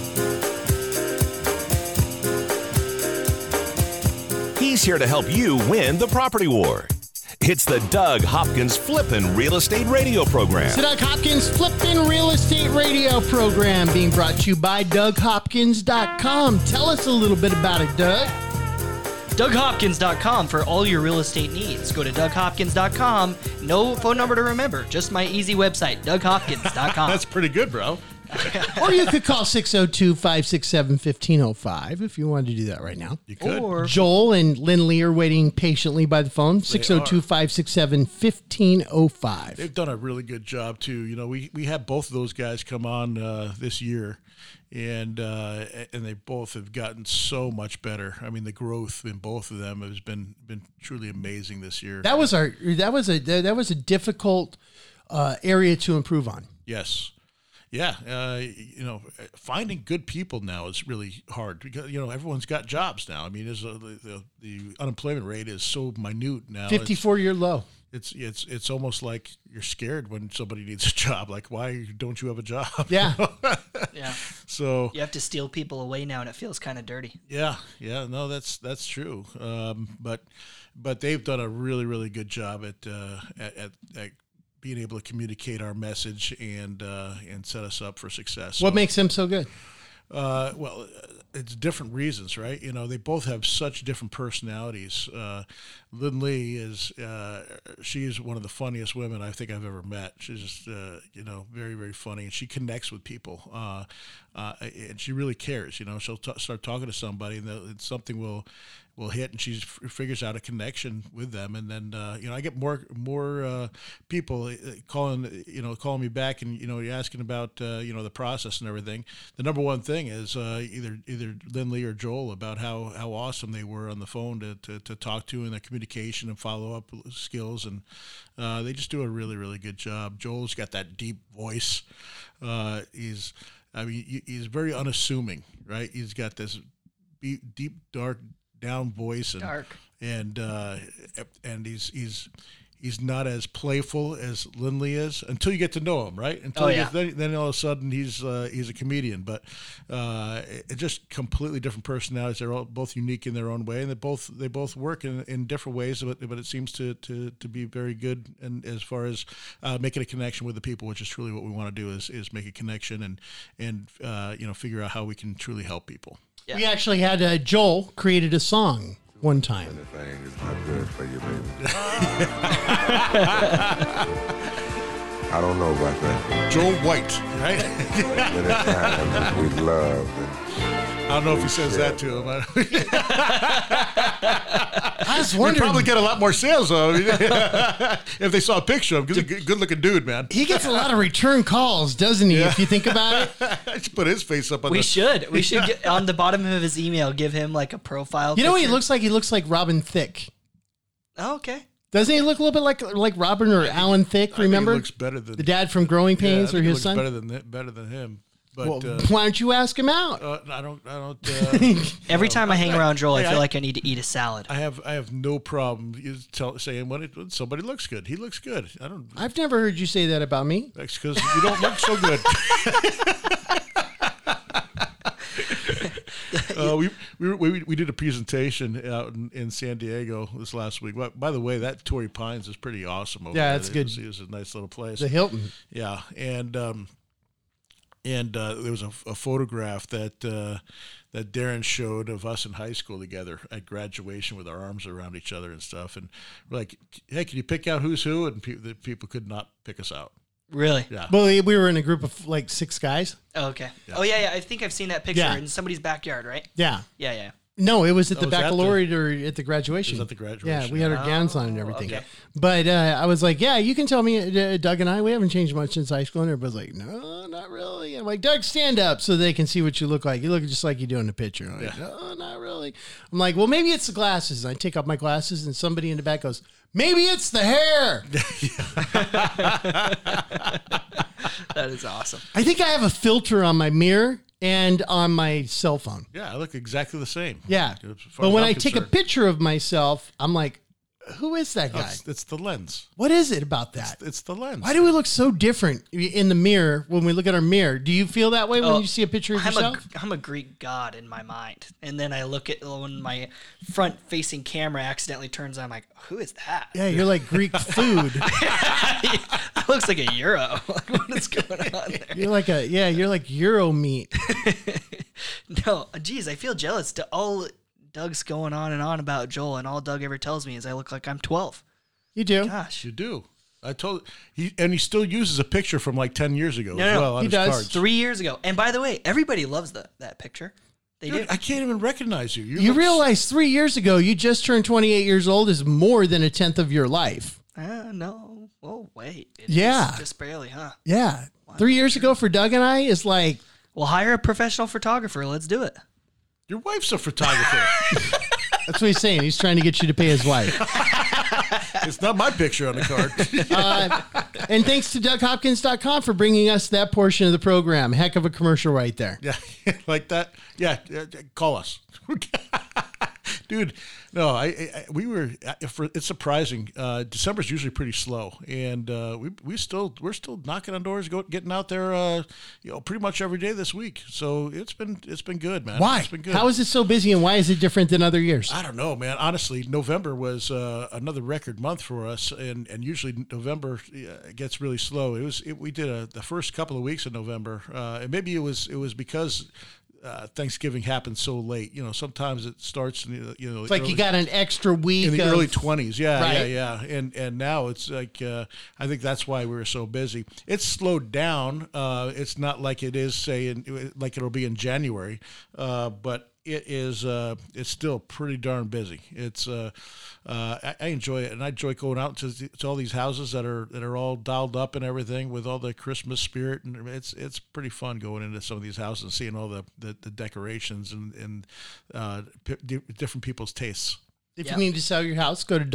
S1: He's here to help you win the property war. It's the Doug Hopkins Flippin' Real Estate Radio Program.
S2: It's the Doug Hopkins Flippin' Real Estate Radio Program being brought to you by DougHopkins.com. Tell us a little bit about it, Doug.
S3: DougHopkins.com for all your real estate needs. Go to DougHopkins.com. No phone number to remember, just my easy website, DougHopkins.com.
S4: That's pretty good, bro.
S2: Or you could call 602 567 1505 if you wanted to do that right now.
S4: You could.
S3: Or
S2: Joel and Lindley are waiting patiently by the phone 602 567 1505.
S4: They've done a really good job too. You know, we we had both of those guys come on uh, this year, and uh, and they both have gotten so much better. I mean, the growth in both of them has been been truly amazing this year.
S2: That was our that was a that was a difficult uh, area to improve on.
S4: yes, yeah. Uh, you know, finding good people now is really hard because you know everyone's got jobs now. I mean, there's a, the, the unemployment rate is so minute now. It's-
S2: 54 year low.
S4: it's it's it's almost like you're scared when somebody needs a job. Like, why don't you have a job?
S2: Yeah.
S3: yeah,
S4: So
S3: you have to steal people away now, and it feels kind of dirty.
S4: Yeah, yeah, no, that's that's true. Um, but but they've done a really really good job at uh, at, at, at being able to communicate our message and uh, and set us up for success. So,
S2: What makes them so good?
S4: uh, well, it's different reasons, right? You know, they both have such different personalities. Uh, Lynn Lee is uh, she's one of the funniest women I think I've ever met. She's just uh, you know very very funny, and she connects with people, uh, uh, and she really cares. You know, she'll t- start talking to somebody, and, they'll- and something will will hit, and she f- figures out a connection with them. And then uh, you know, I get more more uh, people uh, calling you know calling me back, and you know, you're asking about uh, you know the process and everything. The number one thing is uh, either either Lindley or Joel about how how awesome they were on the phone to to, to talk to and their communication and follow up skills, and uh, they just do a really really good job. Joel's got that deep voice. Uh, he's I mean, he- he's very unassuming, right? He's got this deep, deep dark down voice and
S3: Dark.
S4: and uh, and he's he's he's not as playful as Lindley is until you get to know him, right? Until
S3: Oh,
S4: you
S3: yeah.
S4: get- then, then all of a sudden he's uh, he's a comedian, but uh, it, it just completely different personalities. They're all both unique in their own way, and they both they both work in, in different ways, but but it seems to, to to be very good. And as far as uh, making a connection with the people, which is truly what we want to do, is is make a connection and and uh, you know figure out how we can truly help people.
S3: Yeah.
S2: We actually had uh, Joel created a song one time.
S8: Anything is not good for you, baby. I don't know about that.
S4: Joel White, right?
S8: But many times we loved and
S4: I don't know if he says that to him. I don't-
S2: I was
S4: We'd
S2: wondering.
S4: probably get a lot more sales though if they saw a picture of him. 'cause He's a good looking dude, man.
S2: he gets a lot of return calls, doesn't he? If you think about it,
S4: I should put his face up on
S3: We
S4: the.
S3: should. We should get on the bottom of his email. Give him like a profile.
S2: you know what he
S3: picture.
S2: looks like? He looks like Robin Thicke.
S3: Oh, okay.
S2: Doesn't he look a little bit like like Robin or Alan Thicke?
S4: I think he
S2: Remember
S4: looks better than
S2: the dad from Growing
S4: Yeah, I
S2: Pains or
S4: think he
S2: his
S4: looks
S2: son?
S4: Better than th- better than him, but
S2: Well,
S4: uh,
S2: why don't you ask him out?
S4: uh, I don't. I don't. Uh,
S3: Every time I hang around Joel, I
S4: Hey,
S3: feel
S4: I-
S3: like I need to eat a salad.
S4: I have. I have no problem you tell, saying when, it, when somebody looks good. He looks good. I don't.
S2: I've never heard you say that about me.
S4: That's because you don't look so good. uh, we, we, were- we we did a presentation out in, in San Diego this last week. By, by the way, that Torrey Pines is pretty awesome. Over
S2: Yeah,
S4: there.
S2: it's
S4: It
S2: good.
S4: was- It was, a nice little place.
S2: The Hilton.
S4: Yeah, and um, and uh, there was a, a photograph that uh, that Darren showed of us in high school together at graduation with our arms around each other and stuff. And we're like, "Hey, can you pick out who's who?" And pe- the people could not pick us out.
S3: Really?
S4: Yeah.
S2: Well, we were in a group of like six guys.
S3: Oh, okay. Oh yeah, yeah. I think I've seen that picture
S2: Yeah.
S3: in somebody's backyard, right?
S2: Yeah.
S3: Yeah, yeah.
S2: No, it was at the
S4: was at the-
S2: baccalaureate or at the graduation.
S4: It was at the
S2: Yeah,
S4: graduation,
S2: we had our gowns on and
S3: Oh,
S2: everything.
S3: okay.
S2: But uh, I was like, yeah, you can tell me, uh, Doug and I, we haven't changed much since high school. And everybody's like, no, not really. I'm like, Doug, stand up so they can see what you look like. You look just like you do in the picture. I'm like, no, not really. I'm like, well, maybe it's the glasses. And I take off my glasses, and somebody in the back goes, maybe it's the hair.
S3: That is awesome.
S2: I think I have a filter on my mirror and on my cell phone.
S4: Yeah, I look exactly the same.
S2: Yeah.
S4: As far
S2: But
S4: as
S2: when
S4: I'm
S2: I take a
S4: concerned.
S2: picture of myself, I'm like, who is that guy?
S4: it's, it's the lens.
S2: What is it about that?
S4: It's the lens.
S2: Why do we look so different in the mirror when we look at our mirror? Do you feel that way
S3: Oh,
S2: when you see a picture of
S3: I'm a,
S2: yourself?
S3: I'm a Greek god in my mind, and then I look at when my front facing camera accidentally turns on. I'm like, who is that?
S2: yeah, you're like Greek food.
S3: that looks like a euro. Like, what is going on there?
S2: You're like a yeah, you're like Euro meat.
S3: No, geez, I feel jealous. To all Doug's going on and on about Joel, and all Doug ever tells me is I look like I'm 12.
S2: You do.
S3: Gosh,
S4: you do? I told he, and he still uses a picture from like ten years ago
S3: No,
S4: as
S3: no,
S4: well on
S2: he
S4: his
S2: does.
S4: cards.
S3: three years ago. And by the way, everybody loves the, that picture. They do.
S4: Dude, I can't even recognize you.
S2: You
S4: look-
S2: realize three years ago you just turned 28 years old is more than a tenth of your life.
S3: Ah, no. Oh wait. It
S2: Yeah.
S3: is Just barely, huh?
S2: Yeah, three years ago for Doug and I is like
S3: Well, hire a professional photographer. Let's do it.
S4: Your wife's a photographer.
S2: that's what he's saying. He's trying to get you to pay his wife.
S4: it's not my picture on the card.
S2: Uh, and thanks to DougHopkins.com for bringing us that portion of the program. Heck of a commercial right there.
S4: yeah, like that. Yeah, yeah, yeah, call us, dude. No, I, I I- we were. I- For, it's surprising. Uh, December's usually pretty slow, and uh, we we still we're still knocking on doors, go, getting out there. Uh, you know, pretty much every day this week. So it's been it's been good, man.
S2: Why?
S4: It's been good.
S2: How is it so busy and why is it different than other years?
S4: I don't know, man. Honestly, November was uh, another record month for us, and, and usually November uh, gets really slow. It was it, we did a, the first couple of weeks of November, uh, and maybe it was it was because uh, Thanksgiving happened so late. You know, sometimes it starts in the, you know
S2: It's like you got an extra week
S4: in the
S2: of-
S4: early twenties. Yeah,
S2: Right.
S4: yeah, yeah. And and now it's like uh, I think that's why we were so busy. It's slowed down. Uh, it's not like it is say in, like it'll be in January, uh, but. It is. Uh, it's still pretty darn busy. It's. Uh, uh, I, I enjoy it, and I enjoy going out to, the- to all these houses that are that are all dialed up and everything with all the Christmas spirit, and it's it's pretty fun going into some of these houses and seeing all the, the, the decorations and and uh, p- di- different people's tastes.
S2: If
S3: Yeah.
S2: you need to sell your house, go to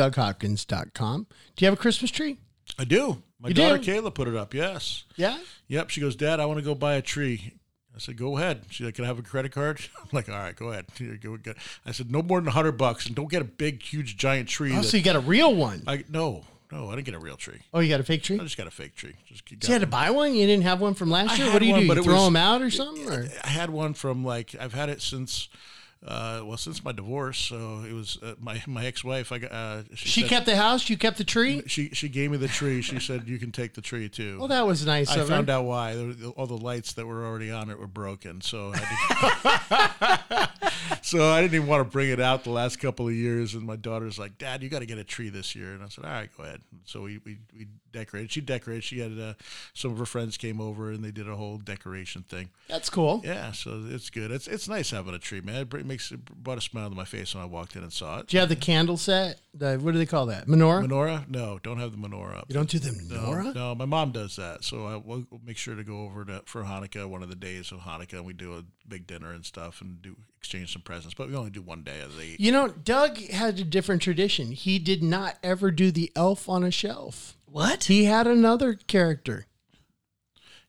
S2: DougHopkins.com. Do you have a Christmas tree?
S4: I do. My
S2: You
S4: daughter
S2: do?
S4: Kayla put it up. Yes.
S2: Yeah.
S4: Yep. She goes, Dad, I want to go buy a tree. I said, Go ahead. She's like, Can I have a credit card? I'm like, All right, go ahead. Here, go, go. I said, No more than hundred bucks, and don't get a big, huge, giant tree.
S2: Oh,
S4: that-
S2: so you got a real one.
S4: I no, no, I didn't get a real tree.
S2: Oh, you got a fake tree?
S4: I just got a fake tree. Just got
S2: So you had to buy one? You didn't have one from last
S4: I
S2: year?
S4: had
S2: What do you
S4: one,
S2: do?
S4: but
S2: You
S4: it
S2: throw
S4: was-
S2: them out or something? Or?
S4: I had one from like I've had it since. Uh, well, since my divorce, so it was uh, my my ex wife. I Mm-hmm. got uh,
S2: She
S4: said-
S2: kept the house. You kept the tree.
S4: she she gave me the tree. She said you can take the tree too.
S2: Well, that was nice.
S4: I
S2: of her.
S4: found out why There were- all the lights that were already on it were broken. So, I had to- so I didn't even want to bring it out the last couple of years. And my daughter's like, Dad, you got to get a tree this year. And I said, All right, go ahead. So we, we, we decorated. She decorated. She had uh, some of her friends came over and they did a whole decoration thing.
S2: That's cool.
S4: Yeah, so it's good. It's it's nice having a tree, man. It br- makes it brought a smile to my face when I walked in and saw it.
S2: Do you have the candle set? The, what do they call that? Menorah?
S4: Menorah? No, don't have the menorah up.
S2: You don't do the
S4: No,
S2: menorah?
S4: No, my mom does that. So I will we'll make sure to go over to for Hanukkah one of the days of Hanukkah, and we do a big dinner and stuff, and do exchange some presents. But we only do one day of the.
S2: You know, Doug had a different tradition. He did not ever do the elf on a shelf.
S3: What?
S2: He had another character,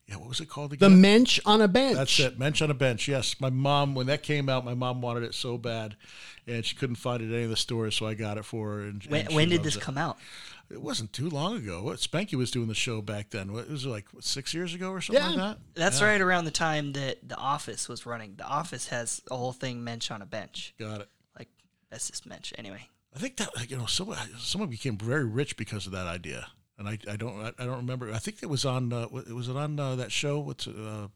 S4: Yeah, what was it called
S2: the
S4: again?
S2: mensch on a bench.
S4: That's it. Mensch on a bench. Yes, my mom. When that came out, my mom wanted it so bad, and she couldn't find it at any of the stores, so I got it for her. And,
S3: When,
S4: and she
S3: when did
S4: loves
S3: this
S4: it.
S3: come out?
S4: It wasn't too long ago. What Spanky was doing the show back then. What, was it like what, six years ago or something like
S2: Yeah.
S4: that?
S3: That's right around the time that The Office was running. The Office has a whole thing Mensch on a bench.
S4: Got it.
S3: Like, that's just Mensch. Anyway,
S4: I think that like, you know someone someone became very rich because of that idea, and I, I don't I, I don't remember. I think it was on uh, wa- was it on uh, that show? What's uh,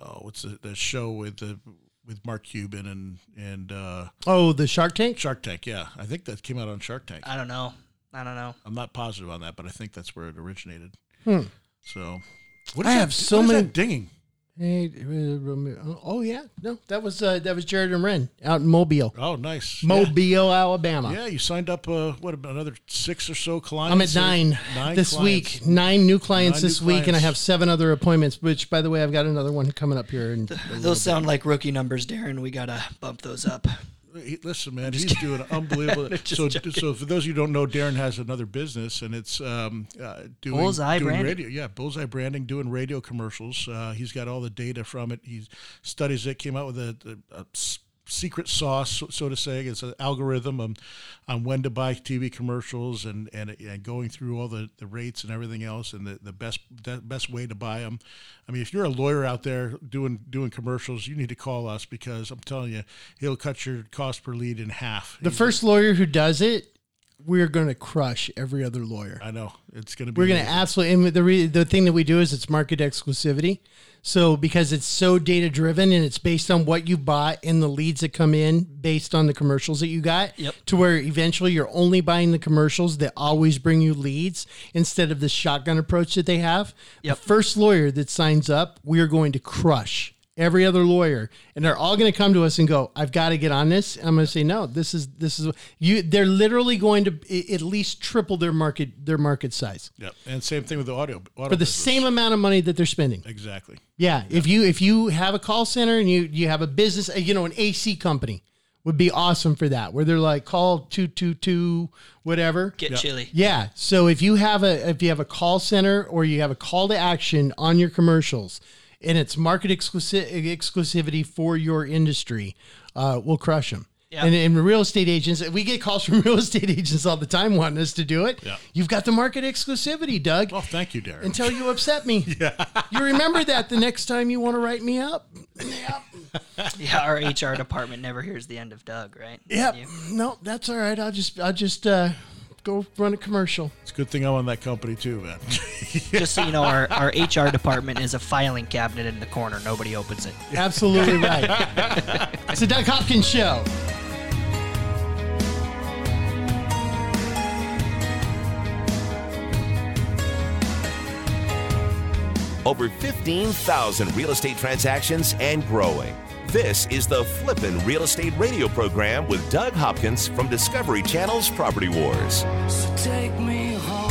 S4: oh what's the, the show with the with Mark Cuban and and uh,
S2: Oh, the Shark Tank?
S4: Shark Tank? Yeah, I think that came out on Shark Tank.
S3: I don't know. I don't know.
S4: I'm not positive on that, but I think that's where it originated. So what
S2: Hmm. I
S4: is that-
S2: have so
S4: what is that
S2: many-
S4: dinging.
S2: Hey, uh, Oh yeah, no, that was uh, that was Jared and Wren out in Mobile,
S4: Oh, nice.
S2: Mobile, Alabama.
S4: Yeah, you signed up. Uh, what another six or so clients?
S2: I'm at nine, this week. Nine new clients
S4: Nine new
S2: this week, and I
S4: clients.
S2: have seven other appointments. Which, by the way, I've got another one coming up here. And
S3: Those sound like rookie numbers, Darren. We got to bump those up.
S4: He- listen, man, he's doing unbelievable. so, so for those of you who don't know, Darren has another business, and it's um, uh, doing
S3: Bullseye
S4: doing
S3: Branding.
S4: radio. Yeah, bullseye branding, doing radio commercials. Uh, he's got all the data from it. He studies it. Came out with a, a, a s- secret sauce, so, so to say. It's an algorithm on, on when to buy TV commercials and and, and going through all the, the rates and everything else, and the, the best the best way to buy them. I mean, if you're a lawyer out there doing doing commercials, you need to call us because I'm telling you, he'll cut your cost per lead in half.
S2: the first lawyer who does it, we're going to crush every other lawyer.
S4: I know it's going to be.
S2: We're going to
S4: amazing.
S2: absolutely. And the re, the thing that we do is it's market exclusivity. So because it's so data driven and it's based on what you bought and the leads that come in based on the commercials that you got,
S3: Yep.
S2: to where eventually you're only buying the commercials that always bring you leads instead of the shotgun approach that they have.
S3: Yep.
S2: The first lawyer that signs up, we are going to crush every other lawyer and they're all going to come to us and go i've got to get on this and i'm going to say no this is this is you they're literally going to i- at least triple their market their market size
S4: Yeah, and same thing with the audio. audio
S2: for the
S4: business.
S2: same amount of money that they're spending.
S4: Exactly.
S2: Yeah, if you if you have a call center and you you have a business, uh, you know, an AC company would be awesome for that, where they're like call two two two whatever.
S3: Get chilly.
S2: Yeah, so if you have a if you have a call center or you have a call to action on your commercials, and it's market exclusive exclusivity for your industry, uh, we'll crush them.
S3: Yeah.
S2: And, and real estate agents, we get calls from real estate agents all the time wanting us to do it.
S4: Yeah.
S2: You've got the market exclusivity,
S3: Oh,
S2: Doug
S4: Well, thank you, Darren.
S2: until you upset me. You remember that the next time you want to write me up.
S3: Yeah, our HR department never hears the end of Doug, right?
S2: Yep.
S3: You-
S2: No, that's all right. I'll just I'll just uh, go run a commercial.
S4: it's a good thing I'm on that company too, man.
S3: Just so you know, our, our HR department is a filing cabinet in the corner. Nobody opens it.
S2: Absolutely right. it's the Doug Hopkins show.
S1: Over 15,000 real estate transactions and growing. This is the Flippin' Real Estate Radio program with Doug Hopkins from Discovery Channel's Property Wars.
S7: So take me home.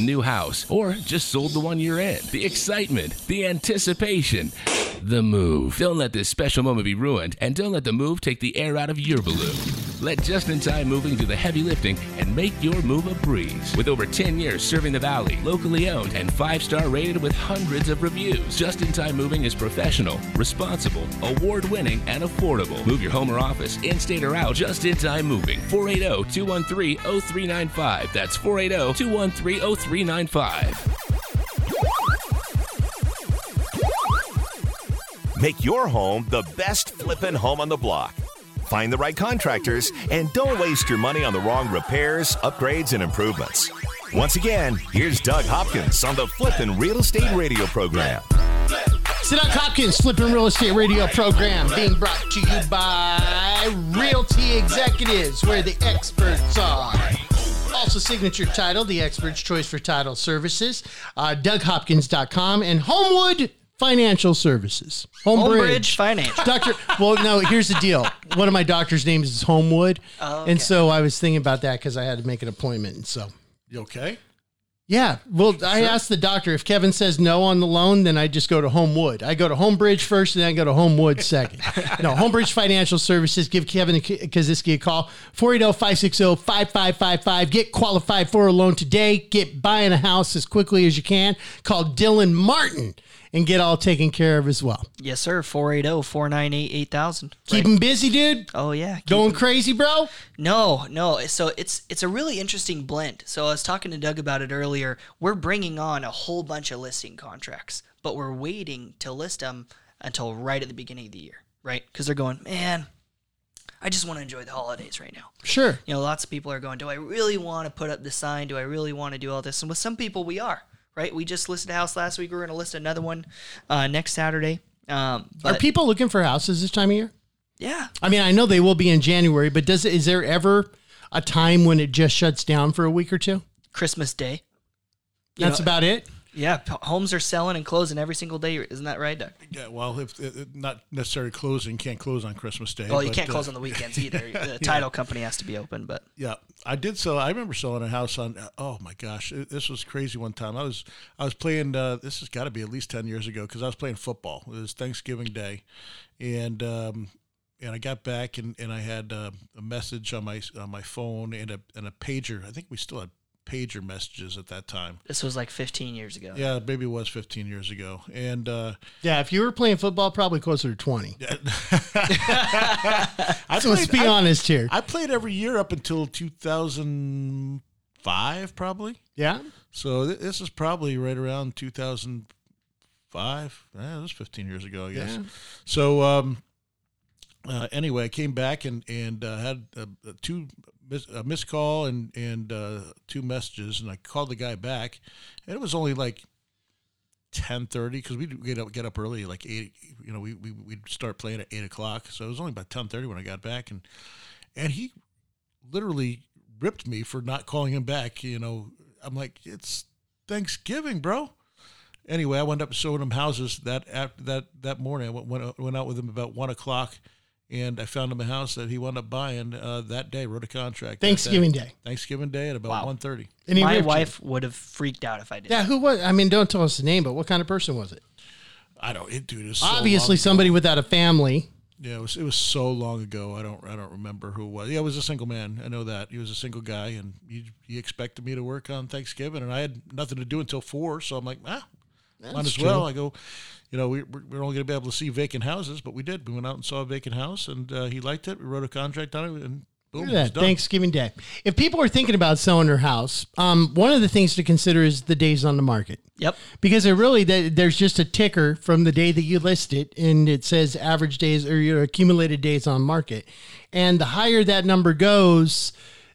S9: new house or just sold the one you're in. The excitement, the anticipation, the move. Don't let this special moment be ruined, and don't let the move take the air out of your balloon. Let Just In Time Moving do the heavy lifting and make your move a breeze. With over 10 years serving the Valley, locally owned and five star rated with hundreds of reviews, Just In Time Moving is professional, responsible, award winning, and affordable. Move your home or office, in state or out, Just In Time Moving. oh, 480 213 0395. That's oh, 480 213 0395.
S1: Make your home the best flippin' home on the block. Find the right contractors and don't waste your money on the wrong repairs, upgrades, and improvements. Once again, here's Doug Hopkins on the Flippin' Real Estate Radio program.
S2: Sadak Hopkins, Flipping Real Estate Radio program, being brought to you by Realty Executives, where the experts are. Also, Signature Title, the expert's choice for title services, uh, DougHopkins.com, and Homewood Financial Services.
S3: Homebridge Financial.
S2: Doctor, well, no, here's the deal. One of my doctor's names is Homewood.
S3: Oh,
S2: And
S3: okay.
S2: so I was thinking about that because I had to make an appointment. And so,
S4: You okay?
S2: yeah, well, I asked the doctor if Kevin says no on the loan, then I just go to Homewood. I go to Homebridge first, and then I go to Homewood second. no, Homebridge Financial Services. Give Kevin a Kaziski a call oh, 480 560 5555. Get qualified for a loan today. Get buying a house as quickly as you can. Call Dylan Martin and get all taken care of as well.
S3: Yes, sir. oh, 480 498 8000.
S2: Keep him busy, dude.
S3: Oh, yeah. Keep
S2: Going crazy, bro.
S3: No, no. So it's it's a really interesting blend. So I was talking to Doug about it earlier. We're bringing on a whole bunch of listing contracts, but we're waiting to list them until right at the beginning of the year, right? Because they're going, man, I just want to enjoy the holidays right now.
S2: Sure.
S3: You know, lots of people are going, do I really want to put up the sign? Do I really want to do all this? And with some people, we are, right? We just listed a house last week. We're going to list another one uh, next Saturday. Um, but
S2: Are people looking for houses this time of year?
S3: yeah,
S2: I mean, I know they will be in January, but does is there ever a time when it just shuts down for a week or two?
S3: Christmas Day. You
S2: That's
S3: know,
S2: about it.
S3: Yeah, p- homes are selling and closing every single day. Isn't that right, Doug?
S4: Yeah, well, if uh, uh, not necessarily closing, can't close on Christmas Day.
S3: Well, you
S4: but,
S3: can't close
S4: uh,
S3: on the weekends either. The title company has to be open, but
S4: Yeah, I did sell. I remember selling a house on. Oh my gosh, it- this was crazy. One time, I was I was playing. Uh, this has got to be at least ten years ago because I was playing football. It was Thanksgiving Day, and um, and I got back and, and I had uh, a message on my on my phone and a and a pager. I think we still had pager messages at that time.
S3: this was like 15 years ago.
S4: Yeah, maybe it was fifteen years ago. And uh,
S2: Yeah, if you were playing football, probably closer to twenty.
S4: I
S2: So let's
S4: played-
S2: be
S4: I-
S2: honest here.
S4: I played every year up until two thousand five, probably.
S2: yeah,
S4: So th- this is probably right around 2005. Yeah, it was 15 years ago, I guess. So um, uh, anyway, I came back and and uh, had uh, uh, two mis- a missed call and and uh, two messages, and I called the guy back, and it was only like. 10.30 because we get up get up early like 8 you know we, we we'd start playing at 8 o'clock so it was only about 10.30 when i got back and and he literally ripped me for not calling him back. You know, I'm like, it's Thanksgiving, bro. Anyway, I went up and showed him houses that after that that morning. I went, went out- went out with him about one o'clock, And I found him a house that he wound up buying uh, that day. Wrote a contract. that day.
S2: Thanksgiving Day.
S4: Thanksgiving Day at about
S3: Wow.
S4: one thirty.
S2: Any
S3: My
S2: reaction?
S3: wife would have freaked out if I did.
S2: Yeah, who was? I mean, don't tell us the name, but what kind of person was it?
S4: I don't. It, dude, it's
S2: Obviously, somebody without a family.
S4: Yeah, it was, it was so long ago. I don't I don't remember who it was. Yeah, it was a single man. I know that he was a single guy, and he he expected me to work on Thanksgiving, and I had nothing to do until four. So I'm like, ah, might as well. I go, you know, we we're, we're only gonna be able to see vacant houses, but we did. We went out and saw a vacant house, and uh, he liked it. We wrote a contract on it, and boom,
S2: Look
S4: it's
S2: at that
S4: done.
S2: Thanksgiving Day. If people are thinking about selling their house, um, one of the things to consider is the days on the market.
S3: Yep.
S2: Because it really th- there's just a ticker from the day that you list it, and it says average days or your accumulated days on market, and the higher that number goes,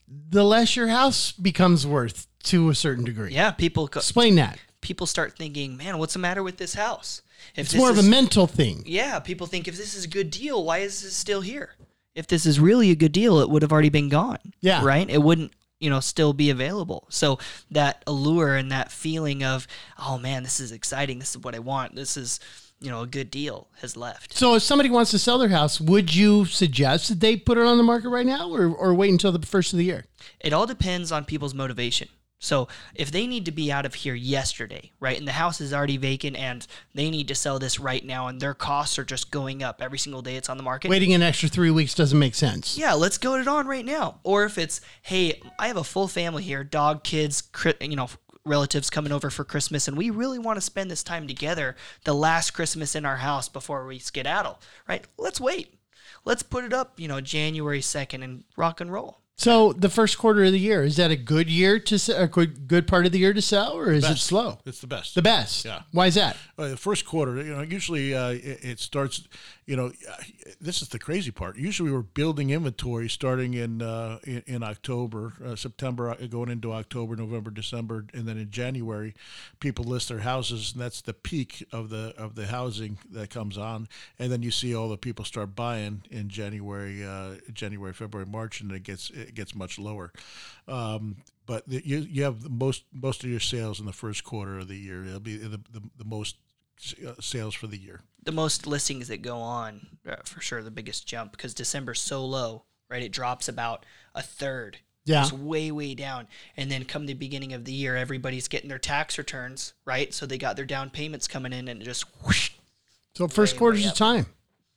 S2: the less your house becomes worth to a certain degree.
S3: Yeah, people co-
S2: Explain that.
S3: people start thinking, man, what's the matter with this house? If
S2: It's
S3: this
S2: more of
S3: is-
S2: a mental thing.
S3: Yeah, people think if this is a good deal, why is this still here? If this is really a good deal, it would have already been gone.
S2: Yeah.
S3: Right? It wouldn't, you know, still be available. So that allure and that feeling of, oh man, this is exciting. This is what I want. This is, you know, a good deal has left.
S2: So if somebody wants to sell their house, would you suggest that they put it on the market right now or, or wait until the first of the year?
S3: It all depends on people's motivation. So if they need to be out of here yesterday, right, and the house is already vacant and they need to sell this right now and their costs are just going up every single day it's on the market.
S2: Waiting an extra three weeks doesn't make sense.
S3: yeah, let's go it on right now. Or if it's, hey, I have a full family here, dog, kids, cri- you know, relatives coming over for Christmas, and we really want to spend this time together, the last Christmas in our house before we skedaddle, right? Let's wait. Let's put it up, you know, January 2nd and rock and roll.
S2: So the first quarter of the year is that a good year to se- a good good part of the year to sell, or is it
S4: Best.
S2: slow?
S4: It's the best.
S2: The best.
S4: Yeah.
S2: Why is that?
S4: Uh, the first quarter, you know, usually uh, it, it starts. You know, uh, this is the crazy part. Usually, we're building inventory starting in uh, in, in October, uh, September, uh, going into October, November, December, and then in January, people list their houses, and that's the peak of the of the housing that comes on. And then you see all the people start buying in January, uh, January, February, March, and it gets it gets much lower. Um, but the, you, you have the most most of your sales in the first quarter of the year. It'll be the, the, the most s- uh, sales for the year.
S3: The most listings that go on, uh, for sure, the biggest jump because December's so low, right? It drops about a third.
S2: Yeah.
S3: It's way, way down. And then come the beginning of the year, everybody's getting their tax returns, right? So they got their down payments coming in and it just whoosh,
S2: So first quarter's the time.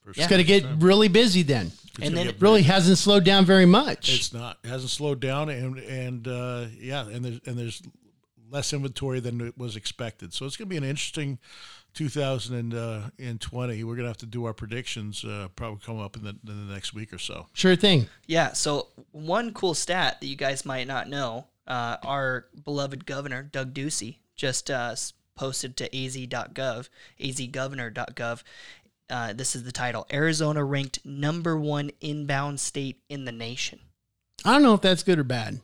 S3: Yeah.
S2: It's going to get really busy then.
S3: and then
S2: It really hasn't slowed down very much.
S4: It's not. It hasn't slowed down, and and uh, yeah, and there's and there's less inventory than it was expected. So it's going to be an interesting 2020. uh, We're going to have to do our predictions uh, probably come up in the, in the next week or so.
S2: Sure thing.
S3: Yeah. So one cool stat that you guys might not know, uh, our beloved governor Doug Ducey just uh, s- posted to az.gov, azgovernor.gov. Uh, this is the title: Arizona ranked number one inbound state in the nation.
S2: I don't know if that's good or bad.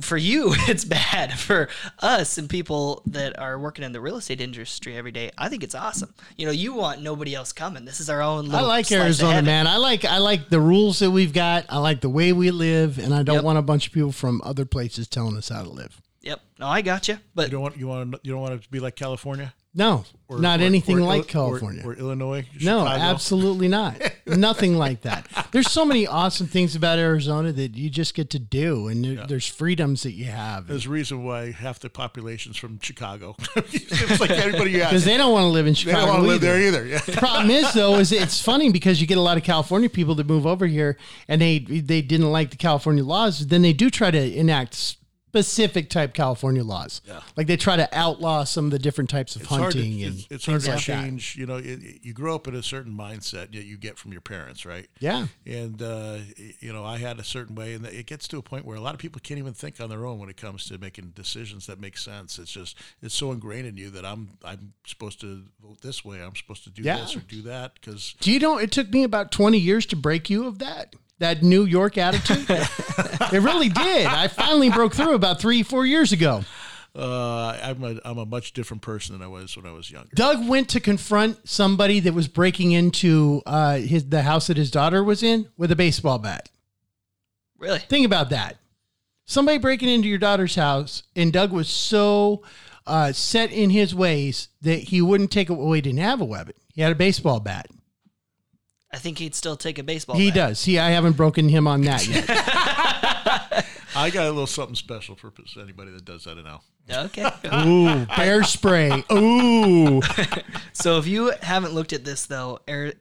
S3: For you, it's bad. For us and people that are working in the real estate industry every day, I think it's awesome. You know, you want nobody else coming. This is our own.
S2: I
S3: Little
S2: like
S3: slice of
S2: Arizona,
S3: heaven.
S2: man. I like I like the rules that we've got. I like the way we live, and I don't
S3: Yep.
S2: want a bunch of people from other places telling us how to live.
S3: Yep. No, I got you. But
S4: You don't want you want you don't want it to be like California,
S2: No,
S4: or,
S2: not
S4: or-
S2: anything
S4: or
S2: like
S4: Ili- or-
S2: California.
S4: or, Illinois.
S2: No,
S4: Chicago.
S2: absolutely not. Nothing like that. There's so many awesome things about Arizona that you just get to do, and there, there's freedoms that you have
S4: There's a reason why half the population's from Chicago. it's like everybody you
S2: because
S4: ask.
S2: they don't want to live in
S4: They
S2: Chicago.
S4: don't want to live
S2: either.
S4: there either. Yeah.
S2: The problem is though is it's funny because you get a lot of California people that move over here and they they didn't like the California laws. Then they do try to enact specific type California laws, like they try to outlaw some of the different types of hunting
S4: hard to,
S2: and
S4: it's, it's hard
S2: things
S4: to
S2: like that.
S4: change. You know, it, it- you grow up in a certain mindset that you get from your parents, right?
S2: Yeah.
S4: And uh, y- you know, I had a certain way, and it gets to a point where a lot of people can't even think on their own when it comes to making decisions that make sense. It's just it's so ingrained in you that I'm I'm supposed to vote this way. I'm supposed to do
S2: Yeah.
S4: this or do that because
S2: Do you know it took me about 20 years to break you of that? That New York attitude? it really did. I finally broke through about three, four years ago.
S4: uh, I'm a I'm a much different person than I was when I was younger.
S2: Doug went to confront somebody that was breaking into uh, his, the house that his daughter was in with a baseball bat.
S3: really,
S2: Think about that. Somebody breaking into your daughter's house, and Doug was so uh, set in his ways that he wouldn't take away. Well, he didn't have a weapon. He had a baseball bat.
S3: I think he'd still take a baseball.
S2: He
S3: bat.
S2: does. He, I haven't broken him on that yet.
S4: I got a little something special for anybody that does that. I know.
S3: Okay.
S2: Ooh, bear spray. Ooh.
S3: so if you haven't looked at this though, Ar-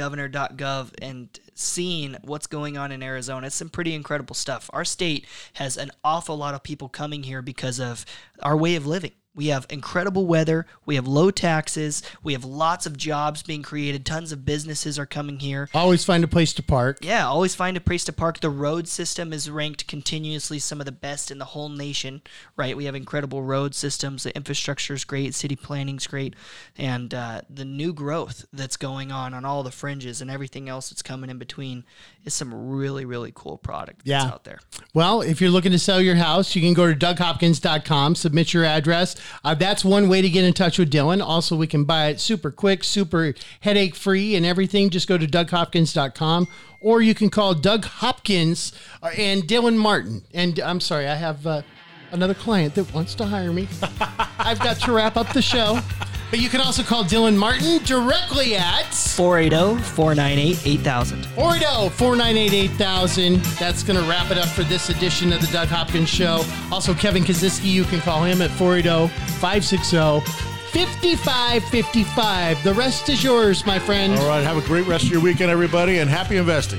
S3: azgovernor.gov and seen what's going on in Arizona, it's some pretty incredible stuff. Our state has an awful lot of people coming here because of our way of living. We have incredible weather. We have low taxes. We have lots of jobs being created. Tons of businesses are coming here.
S2: Always find a place to park.
S3: Yeah, always find a place to park. The road system is ranked continuously some of the best in the whole nation, right? We have incredible road systems. The infrastructure is great. City planning's great. And uh, the new growth that's going on on all the fringes and everything else that's coming in between is some really, really cool product that's
S2: Yeah.
S3: out there.
S2: Well, if you're looking to sell your house, you can go to DougHopkins.com, submit your address. Uh, that's one way to get in touch with Dylan. Also, we can buy it super quick, super headache free, and everything. Just go to DougHopkins.com, or you can call Doug Hopkins uh, and Dylan Martin. And I'm sorry, I have uh, another client that wants to hire me. I've got to wrap up the show. But you can also call Dylan Martin directly at
S3: 480 498 8000.
S2: Ordo 4988000. That's going to wrap it up for this edition of the Doug Hopkins Show. Also, Kevin Kaziski, you can call him at 480 560 5555. The rest is yours, my friend.
S4: All right. Have a great rest of your weekend, everybody, and happy investing.